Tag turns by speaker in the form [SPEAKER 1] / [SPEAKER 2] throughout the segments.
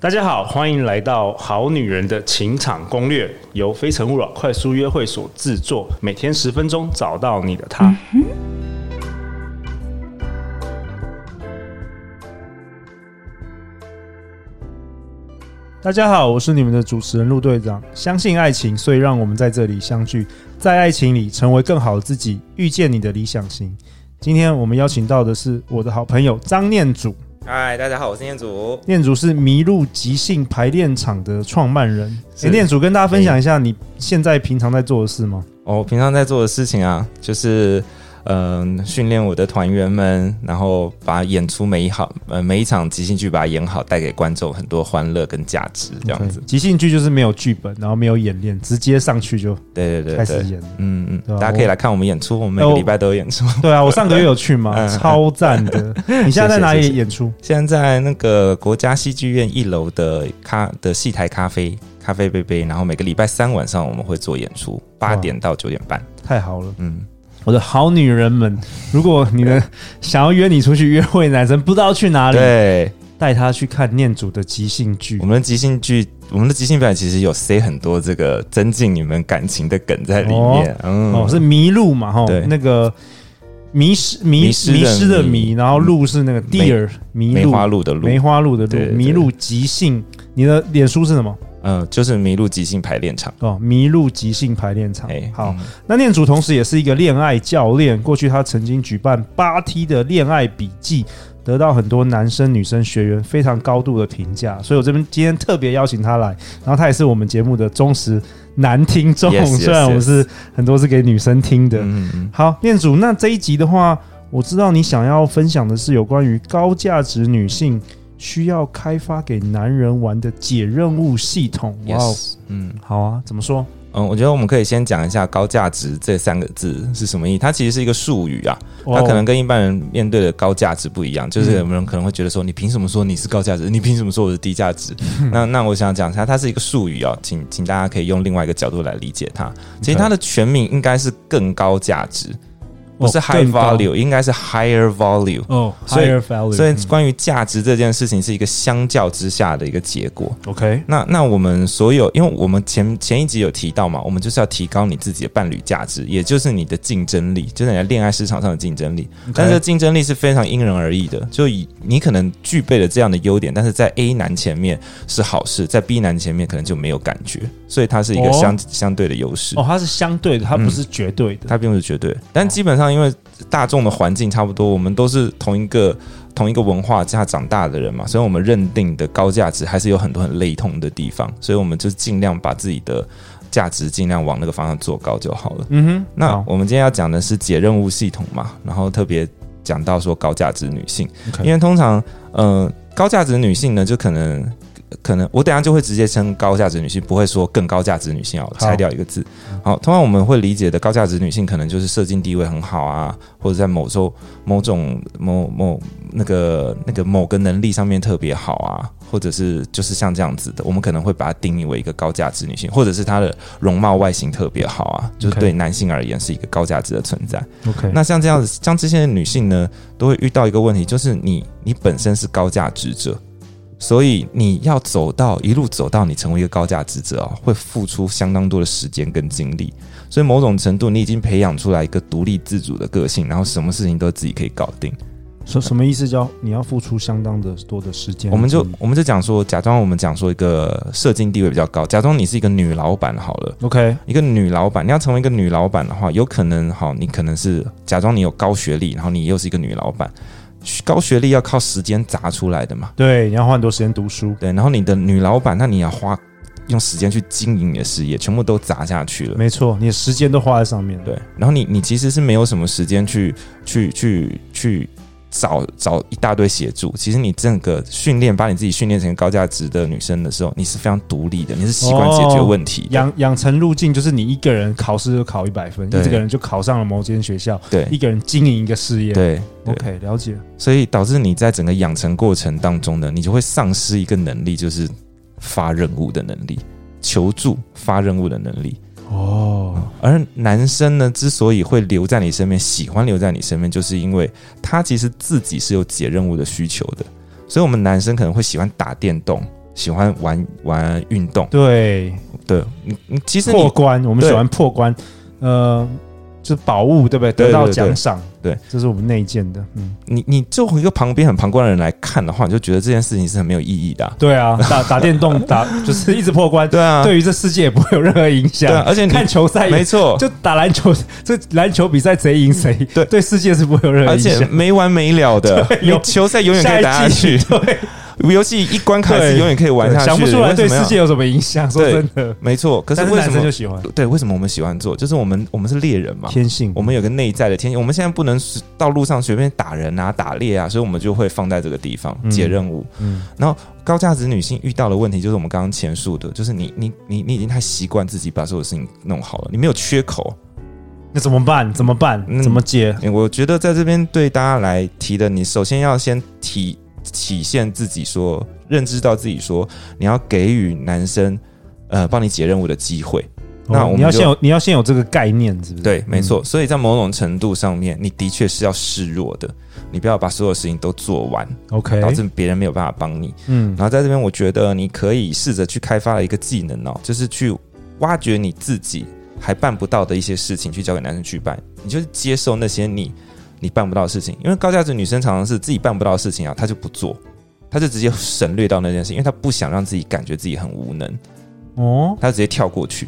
[SPEAKER 1] 大家好，欢迎来到《好女人的情场攻略》，由非诚勿扰快速约会所制作，每天十分钟，找到你的他。大家好，我是你们的主持人陆队长。相信爱情，所以让我们在这里相聚，在爱情里成为更好的自己，遇见你的理想型。今天我们邀请到的是我的好朋友张念祖。
[SPEAKER 2] 嗨，大家好，我是念祖。
[SPEAKER 1] 念祖是麋鹿即兴排练场的创办人。
[SPEAKER 2] 是
[SPEAKER 1] 诶念祖跟大家分享一下你现在平常在做的事吗？
[SPEAKER 2] 哦我平常在做的事情啊，就是嗯、训练我的团员们，然后把演出每一好呃每一场即兴剧把它演好，带给观众很多欢乐跟价值，这样子。
[SPEAKER 1] OK，即兴剧就是没有剧本，然后没有演练，直接上去就
[SPEAKER 2] 对对
[SPEAKER 1] 开
[SPEAKER 2] 对
[SPEAKER 1] 始
[SPEAKER 2] 对，
[SPEAKER 1] 演。
[SPEAKER 2] 嗯嗯，
[SPEAKER 1] 对啊哦
[SPEAKER 2] 大家可以来看我们演出，我们每
[SPEAKER 1] 我
[SPEAKER 2] 个礼拜都有演出。
[SPEAKER 1] 对啊，我上个月有去嘛，
[SPEAKER 2] 嗯
[SPEAKER 1] 超赞 的。你现在在哪里演出？
[SPEAKER 2] 现在在那个国家戏剧院一楼的咖的戏台咖啡咖啡杯杯，然后每个礼拜三晚上我们会做演出，八点到九点半。
[SPEAKER 1] 太好了，
[SPEAKER 2] 嗯，
[SPEAKER 1] 我的好女人们，如果你们想要约你出去约会，男生不知道去哪里，
[SPEAKER 2] 对。
[SPEAKER 1] 带他去看念祖的即兴剧
[SPEAKER 2] 我。们的即兴剧，我们的即兴表演其实有塞很多这个增进你们感情的梗在里面。嗯，
[SPEAKER 1] 哦，是迷路嘛？哈
[SPEAKER 2] 对，
[SPEAKER 1] 那个迷失迷迷
[SPEAKER 2] 迷失的
[SPEAKER 1] 失的迷，
[SPEAKER 2] 迷嗯
[SPEAKER 1] 然后路是那个
[SPEAKER 2] 梅
[SPEAKER 1] deer 迷
[SPEAKER 2] 梅
[SPEAKER 1] 路，
[SPEAKER 2] 花鹿的鹿，
[SPEAKER 1] 梅花鹿的
[SPEAKER 2] 对
[SPEAKER 1] 鹿，
[SPEAKER 2] 对
[SPEAKER 1] 迷路即兴。你的脸书是什么？
[SPEAKER 2] 嗯、就是麋鹿即兴排练场。
[SPEAKER 1] 哦，迷路即兴排练场
[SPEAKER 2] 哎，。
[SPEAKER 1] 好，
[SPEAKER 2] 嗯
[SPEAKER 1] 那念祖同时也是一个恋爱教练，过去他曾经举办八 T 的恋爱笔记。得到很多男生女生学员非常高度的评价，所以我这边今天特别邀请他来，然后他也是我们节目的忠实男听众
[SPEAKER 2] Yes, yes,
[SPEAKER 1] 虽然我们是很多是给女生听的，
[SPEAKER 2] 嗯嗯
[SPEAKER 1] 好，念祖，那这一集的话，我知道你想要分享的是有关于高价值女性需要开发给男人玩的解任务系统。
[SPEAKER 2] 嗯
[SPEAKER 1] 哇哦，
[SPEAKER 2] ，yes，嗯。
[SPEAKER 1] 好啊，怎么说？
[SPEAKER 2] 嗯，我觉得我们可以先讲一下“高价值”这三个字是什么意义。它其实是一个术语啊，它
[SPEAKER 1] 哦嗯
[SPEAKER 2] 可能跟一般人面对的高价值不一样。就是有人可能会觉得说，你凭什么说你是高价值？你凭什么说我是低价值？
[SPEAKER 1] 嗯
[SPEAKER 2] 那那我想讲一下，它是一个术语啊，请请大家可以用另外一个角度来理解它。其实它的全名应该是更高价值，不是
[SPEAKER 1] 哦
[SPEAKER 2] high
[SPEAKER 1] 更高
[SPEAKER 2] value，应该是 higher value。
[SPEAKER 1] 哦
[SPEAKER 2] 所以
[SPEAKER 1] ，higher value，
[SPEAKER 2] 所以
[SPEAKER 1] 嗯
[SPEAKER 2] 关于价值这件事情是一个相较之下的一个结果。
[SPEAKER 1] OK，
[SPEAKER 2] 那那我们所有，因为我们前前一集有提到嘛，我们就是要提高你自己的伴侣价值，也就是你的竞争力，就是你在恋爱市场上的竞争力。但是这竞争力是非常因人而异的，就以你可能具备了这样的优点，但是在 A 男前面是好事，在 B 男前面可能就没有感觉，所以它是一个
[SPEAKER 1] 哦
[SPEAKER 2] 相、相对的优势。
[SPEAKER 1] 哦，它是相对的，它不是绝对的。
[SPEAKER 2] 嗯它并不是绝对，但基本上因为大众的环境差不多，我们都是同一个同一个文化下长大的人嘛，所以我们认定的高价值还是有很多很类同的地方，所以我们就尽量把自己的价值尽量往那个方向做高就好了。
[SPEAKER 1] 嗯哼，
[SPEAKER 2] 那
[SPEAKER 1] 好
[SPEAKER 2] 我们今天要讲的是解任务系统嘛，然后特别讲到说高价值女性
[SPEAKER 1] OK
[SPEAKER 2] 因为通常呃高价值女性呢，就可能可能我等一下就会直接称高价值女性，不会说更高价值女性啊，我
[SPEAKER 1] 好
[SPEAKER 2] 拆掉一个字。好，通常我们会理解的高价值女性，可能就是社经地位很好啊，或者在某种某种某某那个那个某个能力上面特别好啊，或者是就是像这样子的，我们可能会把它定义为一个高价值女性，或者是她的容貌外形特别好啊，就是
[SPEAKER 1] OK
[SPEAKER 2] 对男性而言是一个高价值的存在。
[SPEAKER 1] OK，
[SPEAKER 2] 那像这样子，像这些女性呢，都会遇到一个问题，就是你你本身是高价值者，所以你要走到一路走到你成为一个高价值者啊、会付出相当多的时间跟精力。所以某种程度，你已经培养出来一个独立自主的个性，然后什么事情都自己可以搞定。
[SPEAKER 1] 什什么意思叫你要付出相当的多的时间？
[SPEAKER 2] 我们就我们就讲说，假装我们讲说一个社经地位比较高，假装你是一个女老板好了。
[SPEAKER 1] OK，
[SPEAKER 2] 一个女老板，你要成为一个女老板的话，有可能好，你可能是假装你有高学历，然后你又是一个女老板，高学历要靠时间砸出来的嘛，
[SPEAKER 1] 对，你要花很多时间读书。
[SPEAKER 2] 对，然后你的女老板，那你要花用时间去经营你的事业，全部都砸下去了。
[SPEAKER 1] 没错，你的时间都花在上面。
[SPEAKER 2] 对，然后你你其实是没有什么时间去去去去找找一大堆协助。其实你整个训练，把你自己训练成高价值的女生的时候，你是非常独立的，你是习惯解决
[SPEAKER 1] 哦
[SPEAKER 2] 问题的。
[SPEAKER 1] 养养成路径就是你一个人考试就考一百分，
[SPEAKER 2] 对
[SPEAKER 1] 一个人就考上了某间学校，
[SPEAKER 2] 对
[SPEAKER 1] 一个人经营一个事业。
[SPEAKER 2] 对对
[SPEAKER 1] OK，了解。
[SPEAKER 2] 所以导致你在整个养成过程当中呢，你就会丧失一个能力，就是发任务的能力，求助发任务的能力。
[SPEAKER 1] 哦，
[SPEAKER 2] 而男生呢，之所以会留在你身边，喜欢留在你身边，就是因为他其实自己是有解任务的需求的。所以，我们男生可能会喜欢打电动，喜欢玩玩运动，
[SPEAKER 1] 对，
[SPEAKER 2] 对，你你其实
[SPEAKER 1] 破
[SPEAKER 2] 你
[SPEAKER 1] 关，我们喜
[SPEAKER 2] 对
[SPEAKER 1] 欢破关，呃，就是宝物，对不对？
[SPEAKER 2] 对
[SPEAKER 1] 得到
[SPEAKER 2] 对对
[SPEAKER 1] 奖赏，
[SPEAKER 2] 对，
[SPEAKER 1] 这是我们内建的，嗯，
[SPEAKER 2] 你你作为一个旁边很旁观的人来看的话，你就觉得这件事情是很没有意义的啊、
[SPEAKER 1] 对啊， 打打电动，打就是一直破关，
[SPEAKER 2] 对啊，
[SPEAKER 1] 对于这世界也不会有任何影响
[SPEAKER 2] 对啊，。而且你
[SPEAKER 1] 看球赛也
[SPEAKER 2] 没错，
[SPEAKER 1] 就打篮球， 这篮球比赛谁赢谁，
[SPEAKER 2] 对
[SPEAKER 1] 对世界是不会有任何
[SPEAKER 2] 而
[SPEAKER 1] 影
[SPEAKER 2] 且
[SPEAKER 1] 响。
[SPEAKER 2] 没完没了 的，
[SPEAKER 1] 有
[SPEAKER 2] 你球赛永远可以打下去，
[SPEAKER 1] 对，
[SPEAKER 2] 游戏一关卡是
[SPEAKER 1] 对
[SPEAKER 2] 永远可以玩下去，
[SPEAKER 1] 想不出来
[SPEAKER 2] 为什
[SPEAKER 1] 对
[SPEAKER 2] 么要
[SPEAKER 1] 世界有什么影响。说
[SPEAKER 2] 对
[SPEAKER 1] 真的，
[SPEAKER 2] 没错。可是
[SPEAKER 1] 但是
[SPEAKER 2] 为
[SPEAKER 1] 男
[SPEAKER 2] 什
[SPEAKER 1] 生就
[SPEAKER 2] 么？
[SPEAKER 1] 喜欢
[SPEAKER 2] 对，为什么我们喜欢做？就是我们我们是猎人嘛，
[SPEAKER 1] 天性，
[SPEAKER 2] 我们有个内在的天性，我们现在不能是到路上随便打人啊、打猎啊，所以我们就会放在这个地方
[SPEAKER 1] 嗯
[SPEAKER 2] 解任务。
[SPEAKER 1] 嗯
[SPEAKER 2] 高价值女性遇到的问题就是我们刚刚前述的，就是你你你你已经太习惯自己把所有事情弄好了，你没有缺口。
[SPEAKER 1] 那怎么办？怎么办？
[SPEAKER 2] 嗯
[SPEAKER 1] 怎么解？
[SPEAKER 2] 欸我觉得在这边对大家来提的，你首先要先体体现自己说，认知到自己说，你要给予男生呃帮你解任务的机会。那
[SPEAKER 1] 哦
[SPEAKER 2] 我们
[SPEAKER 1] 你要
[SPEAKER 2] 就
[SPEAKER 1] 先有，你要先有这个概念，是不是？
[SPEAKER 2] 对，没
[SPEAKER 1] 嗯
[SPEAKER 2] 错。所以在某种程度上面，你的确是要示弱的，你不要把所有事情都做完，
[SPEAKER 1] 嗯 OK，
[SPEAKER 2] 导致别人没有办法帮你。
[SPEAKER 1] 嗯
[SPEAKER 2] 然后在这边，我觉得你可以试着去开发一个技能哦，就是去挖掘你自己还办不到的一些事情，去交给男生去办。你就是接受那些你你办不到的事情，因为高价值女生常常是自己办不到的事情啊，她就不做，她就直接省略到那件事，因为她不想让自己感觉自己很无能，
[SPEAKER 1] 哦，
[SPEAKER 2] 她直接跳过去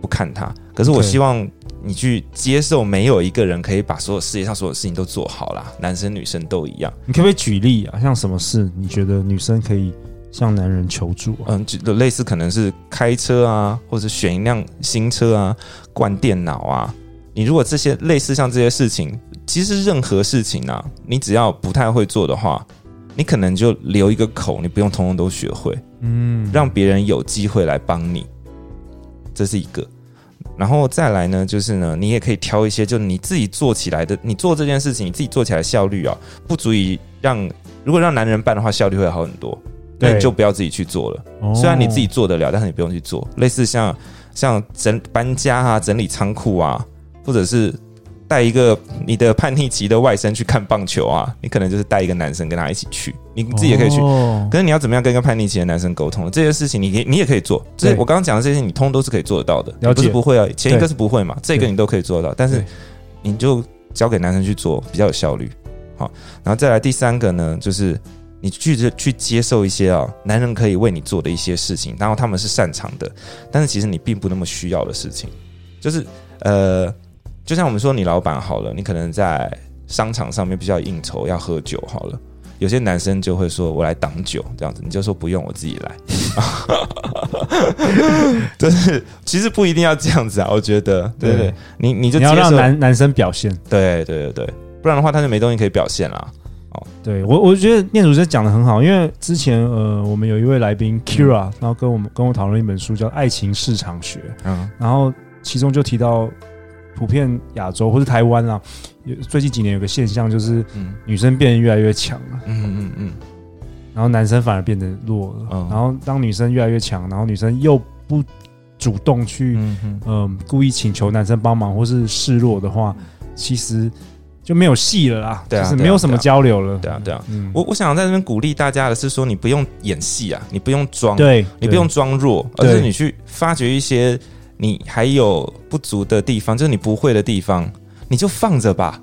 [SPEAKER 2] 不看它。可是我
[SPEAKER 1] OK
[SPEAKER 2] 希望你去接受，没有一个人可以把所有世界上所有事情都做好啦，男生女生都一样。
[SPEAKER 1] 你可不可以举例啊？像什么事你觉得女生可以向男人求助啊？
[SPEAKER 2] 嗯，就类似可能是开车啊，或者选一辆新车啊，灌电脑啊。你如果这些类似像这些事情，其实任何事情啊，你只要不太会做的话，你可能就留一个口，你不用通通都学会，
[SPEAKER 1] 嗯，
[SPEAKER 2] 呃让别人有机会来帮你，这是一个。然后再来呢，就是呢，你也可以挑一些，就你自己做起来的，你做这件事情，你自己做起来的效率啊，不足以让如果让男人办的话，效率会好很多，那你
[SPEAKER 1] 对
[SPEAKER 2] 就不要自己去做了。
[SPEAKER 1] 哦
[SPEAKER 2] 虽然你自己做得了，但是你不用去做。类似像像整搬家啊、整理仓库啊，或者是带一个你的叛逆期的外甥去看棒球啊，你可能就是带一个男生跟他一起去，你自己也可以去。
[SPEAKER 1] 哦
[SPEAKER 2] 可是你要怎么样跟一个叛逆期的男生沟通？这些事情你可以，你也可以做。这
[SPEAKER 1] 对
[SPEAKER 2] 我刚刚讲的这些，你通都是可以做得到的。
[SPEAKER 1] 了解
[SPEAKER 2] 你不是不会啊，前一个
[SPEAKER 1] 对
[SPEAKER 2] 是不会嘛，这个
[SPEAKER 1] 对
[SPEAKER 2] 你都可以做得到。但是
[SPEAKER 1] 对
[SPEAKER 2] 你就交给男生去做，比较有效率。好，然后再来第三个呢，就是你去去接受一些啊、男人可以为你做的一些事情，然后他们是擅长的，但是其实你并不那么需要的事情，就是呃，就像我们说你老板好了，你可能在商场上面比较应酬，要喝酒好了。有些男生就会说：“我来挡酒，这样子。”你就说不用，我自己来。 就是其实不一定要这样子啊，我觉得，对对
[SPEAKER 1] 对
[SPEAKER 2] 对，你你就
[SPEAKER 1] 你
[SPEAKER 2] 接
[SPEAKER 1] 要让
[SPEAKER 2] 受
[SPEAKER 1] 男男生表现。
[SPEAKER 2] 对对对对，不然的话他就没东西可以表现啦。
[SPEAKER 1] 对我，我觉得念主真讲的很好，因为之前呃，我们有一位来宾 Kira，、然后跟我们跟我讨论一本书叫《爱情市场学》，
[SPEAKER 2] 嗯，
[SPEAKER 1] 然后其中就提到，普遍亚洲或是台湾啦，有最近几年有个现象就是
[SPEAKER 2] 嗯
[SPEAKER 1] 女生变得越来越强了，
[SPEAKER 2] 嗯嗯嗯
[SPEAKER 1] 然后男生反而变得弱了，
[SPEAKER 2] 嗯
[SPEAKER 1] 然后当女生越来越强，然后女生又不主动去
[SPEAKER 2] 嗯嗯，
[SPEAKER 1] 嗯、故意请求男生帮忙或是示弱的话，其实就没有戏了啦，
[SPEAKER 2] 对啊
[SPEAKER 1] 就是
[SPEAKER 2] 对啊
[SPEAKER 1] 没有什么交流了。
[SPEAKER 2] 对啊对啊。
[SPEAKER 1] 嗯，
[SPEAKER 2] 我我想在这边鼓励大家的是说，你不用演戏啊，你不用装，
[SPEAKER 1] 对
[SPEAKER 2] 你不用装弱，而
[SPEAKER 1] 对
[SPEAKER 2] 是你去发掘一些你还有不足的地方，就是你不会的地方，你就放着吧，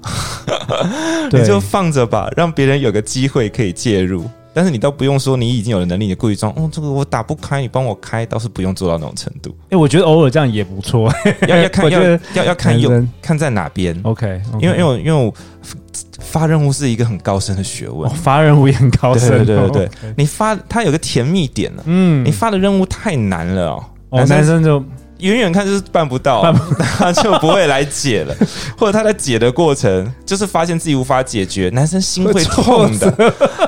[SPEAKER 1] 对
[SPEAKER 2] 你就放着吧，让别人有个机会可以介入。但是你倒不用说你已经有了能力，你故意装哦，这个我打不开，你帮我开，倒是不用做到那种程 度。
[SPEAKER 1] 哎、我觉得偶尔这样也不错。
[SPEAKER 2] 要要看
[SPEAKER 1] 我觉
[SPEAKER 2] 要
[SPEAKER 1] 得
[SPEAKER 2] 要要看
[SPEAKER 1] 男
[SPEAKER 2] 有
[SPEAKER 1] 生
[SPEAKER 2] 看在哪边，
[SPEAKER 1] OK，,
[SPEAKER 2] 因为因为我因为我发任务是一个很高深的学
[SPEAKER 1] 我
[SPEAKER 2] 问，
[SPEAKER 1] 发任务也很高深、
[SPEAKER 2] 对对对对
[SPEAKER 1] 哦，OK
[SPEAKER 2] 你发它有个甜蜜点呢、
[SPEAKER 1] 嗯
[SPEAKER 2] 你，发的任务太难了哦。
[SPEAKER 1] 哦，男生就
[SPEAKER 2] 远远看就是办不到，
[SPEAKER 1] 办
[SPEAKER 2] 他就不会来解了，或者他在解的过程，就是发现自己无法解决，男生心会痛 的，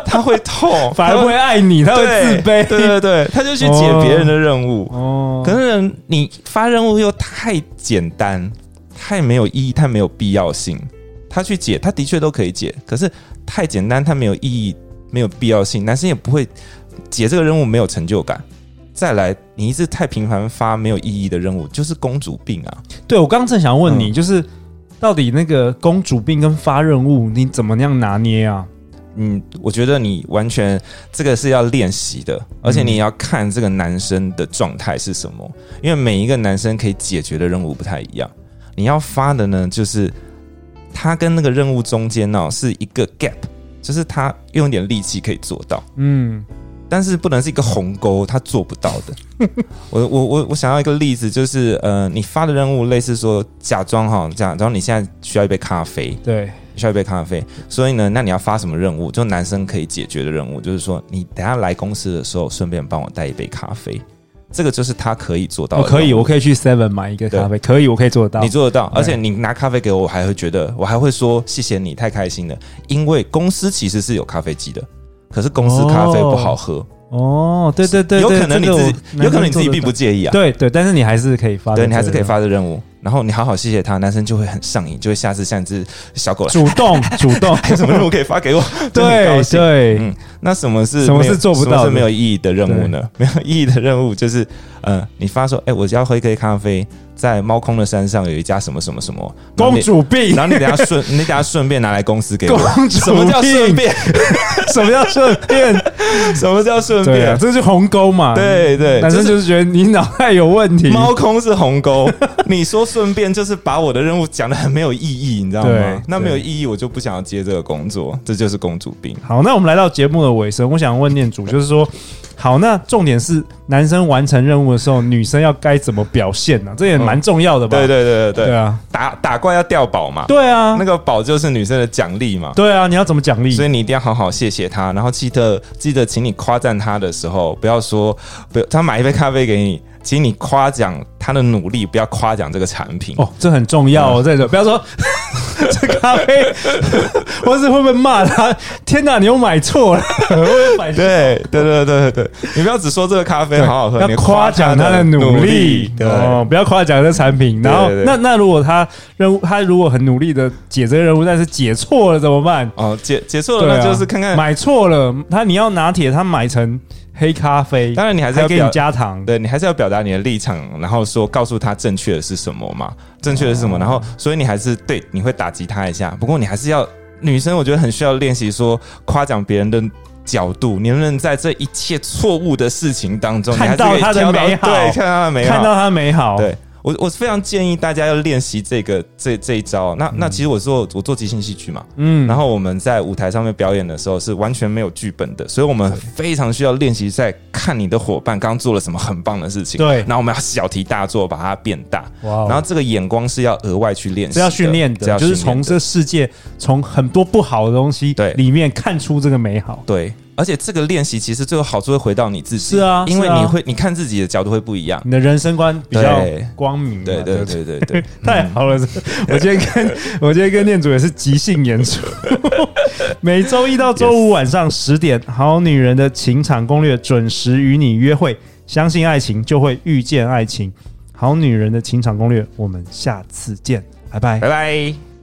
[SPEAKER 2] 他会痛，
[SPEAKER 1] 反而会爱你，他
[SPEAKER 2] 他
[SPEAKER 1] 会
[SPEAKER 2] 对
[SPEAKER 1] 自卑。
[SPEAKER 2] 对对对，他就去解别人的任务，
[SPEAKER 1] 哦，
[SPEAKER 2] 可是你发任务又太简单，太没有意义，太没有必要性。他去解，他的确都可以解，可是太简单，他没有意义，没有必要性。男生也不会解这个任务没有成就感。再来，你一直太频繁发没有意义的任务，就是公主病啊！
[SPEAKER 1] 对我刚刚正想问你，
[SPEAKER 2] 嗯
[SPEAKER 1] 就是到底那个公主病跟发任务，你怎么样拿捏啊？
[SPEAKER 2] 嗯，我觉得你完全这个是要练习的，而且你也要看这个男生的状态是什么，因为每一个男生可以解决的任务不太一样。你要发的呢，就是他跟那个任务中间呢、是一个 gap，就是他用一点力气可以做到，
[SPEAKER 1] 嗯，
[SPEAKER 2] 但是不能是一个鸿沟，他做不到的。 我我我我想要一个例子，就是呃，你发的任务类似说假装哈，假装你现在需要一杯咖啡，
[SPEAKER 1] 对，
[SPEAKER 2] 需要一杯咖啡。所以呢，那你要发什么任务？就男生可以解决的任务，就是说你等下来公司的时候，顺便帮我带一杯咖啡。这个就是他可以做到
[SPEAKER 1] 我
[SPEAKER 2] 的。
[SPEAKER 1] 哦可以，我可以去 Seven 买一个咖啡，可以，我可以做得到
[SPEAKER 2] 你。做得到，
[SPEAKER 1] 对
[SPEAKER 2] 而且你拿咖啡给我，我还会觉得我还会说谢谢你，太开心了。因为公司其实是有咖啡机的，可是公司咖啡不好喝，
[SPEAKER 1] 哦，对对对，
[SPEAKER 2] 有
[SPEAKER 1] 对
[SPEAKER 2] 可能你
[SPEAKER 1] 这个
[SPEAKER 2] 自
[SPEAKER 1] 我
[SPEAKER 2] 己有可能你自己并不介意啊。
[SPEAKER 1] 对对，但是你还是可以发，
[SPEAKER 2] 对你还是可以，发的任务，然后你好好谢谢他，男生就会很上瘾，就会下次像一只小狗，
[SPEAKER 1] 主 动主动，
[SPEAKER 2] 还有什么任务可以 发给我？就很高
[SPEAKER 1] 对
[SPEAKER 2] 兴
[SPEAKER 1] 对，
[SPEAKER 2] 嗯那什么是
[SPEAKER 1] 什么
[SPEAKER 2] 没有
[SPEAKER 1] 是做不
[SPEAKER 2] 什么
[SPEAKER 1] 到
[SPEAKER 2] 是
[SPEAKER 1] 的
[SPEAKER 2] 没有意义的任务呢？没有意义的任务就是，呃，你发说，哎、我要喝一杯咖啡，在猫空的山上有一家什么什么什么然后
[SPEAKER 1] 公
[SPEAKER 2] 你
[SPEAKER 1] 主病，
[SPEAKER 2] 然后你等下顺， 你等下顺便拿来公司给我。
[SPEAKER 1] 公主病，
[SPEAKER 2] 什么叫顺？便？
[SPEAKER 1] 什么叫顺便？
[SPEAKER 2] 什么叫顺
[SPEAKER 1] 对
[SPEAKER 2] 便
[SPEAKER 1] 啊，？这是鸿沟嘛。，
[SPEAKER 2] 啊对对，
[SPEAKER 1] 男生
[SPEAKER 2] 就
[SPEAKER 1] 就
[SPEAKER 2] 是
[SPEAKER 1] 是觉得你脑袋有问题。
[SPEAKER 2] 猫空是鸿沟。你说顺便，就是把我的任务讲的很没有意义，你知道
[SPEAKER 1] 对
[SPEAKER 2] 吗？那没有
[SPEAKER 1] 对
[SPEAKER 2] 意义，我就不想要接这个工作，这就是公主病。
[SPEAKER 1] 好，那我们来到节目的尾声，我想问念主，就是说，好，那重点是男生完成任务的时候，女生要该怎么表现呢、这也蛮重要的吧？
[SPEAKER 2] 嗯对对对对
[SPEAKER 1] 对
[SPEAKER 2] 对，
[SPEAKER 1] 啊，
[SPEAKER 2] 打打怪要掉宝嘛，
[SPEAKER 1] 对啊，
[SPEAKER 2] 那个宝就是女生的奖励嘛。
[SPEAKER 1] 对啊，你要怎么奖励？
[SPEAKER 2] 所以你一定要好好谢谢他，然后记得记得，请你夸赞他的时候，不要说不要他买一杯咖啡给你，请你夸奖他的努力，不要夸奖这个产品。
[SPEAKER 1] 哦，这很重要哦，
[SPEAKER 2] 嗯
[SPEAKER 1] 这个不要 说这咖啡，或是会不会骂他？天哪，你又买错了，会不会买错？
[SPEAKER 2] 对对对对对，你不要只说这个咖啡好好喝，哦你
[SPEAKER 1] 要夸奖他
[SPEAKER 2] 他
[SPEAKER 1] 的努力
[SPEAKER 2] 对，
[SPEAKER 1] 哦，不要夸奖这产品。然后，
[SPEAKER 2] 对对对
[SPEAKER 1] 那那如果他任务，他如果很努力的解这个任务，但是解错了怎么办？
[SPEAKER 2] 哦，解解错
[SPEAKER 1] 对
[SPEAKER 2] 了，
[SPEAKER 1] 啊，
[SPEAKER 2] 那就是看看。
[SPEAKER 1] 买错了，他你要拿铁，他买成黑咖啡，
[SPEAKER 2] 当然，你还是
[SPEAKER 1] 还
[SPEAKER 2] 要
[SPEAKER 1] 给你
[SPEAKER 2] 表，
[SPEAKER 1] 加糖。
[SPEAKER 2] 对你还是要表达你的立场，然后说告诉他正确的是什么嘛，正确的是
[SPEAKER 1] 哦
[SPEAKER 2] 什么，然后所以你还是对你会打击他一下，不过你还是要女生，我觉得很需要练习说夸奖别人的。角度，你能不能在这一切错误的事情当中，你
[SPEAKER 1] 看
[SPEAKER 2] 还是
[SPEAKER 1] 到
[SPEAKER 2] 可以
[SPEAKER 1] 他的
[SPEAKER 2] 挑
[SPEAKER 1] 美好
[SPEAKER 2] 对，看到他的美好，
[SPEAKER 1] 看到他美好，
[SPEAKER 2] 对我，我是非常建议大家要练习这个这这一招。那那其实我做我做即兴戏剧嘛，
[SPEAKER 1] 嗯，
[SPEAKER 2] 然后我们在舞台上面表演的时候是完全没有剧本的，所以我们非常需要练习在看你的伙伴刚做了什么很棒的事情，
[SPEAKER 1] 对
[SPEAKER 2] 然后我们要小题大做把它变大，
[SPEAKER 1] 哇哦
[SPEAKER 2] 然后这个眼光是要额外去练习
[SPEAKER 1] 这
[SPEAKER 2] 的，
[SPEAKER 1] 要训练
[SPEAKER 2] 这
[SPEAKER 1] 的，
[SPEAKER 2] 要
[SPEAKER 1] 就是
[SPEAKER 2] 训练
[SPEAKER 1] 从
[SPEAKER 2] 的
[SPEAKER 1] 这世界从很多不好的东西
[SPEAKER 2] 对
[SPEAKER 1] 里面看出这个美好。
[SPEAKER 2] 对。而且这个练习其实最后好处会回到你自己，
[SPEAKER 1] 是啊
[SPEAKER 2] 因为
[SPEAKER 1] 是啊
[SPEAKER 2] 你会你看自己的角度会不一样，
[SPEAKER 1] 你的人生观比较
[SPEAKER 2] 对
[SPEAKER 1] 光明嘛，
[SPEAKER 2] 对
[SPEAKER 1] 对
[SPEAKER 2] 对
[SPEAKER 1] 不
[SPEAKER 2] 对对对，
[SPEAKER 1] 太好了！我今天跟我今天跟念主也是即兴演出， 每周一到周五晚上十点，《好女人的情场攻略》准时与你约会。相信爱情，就会遇见爱情。好女人的情场攻略，我们下次见，拜拜
[SPEAKER 2] 拜。拜。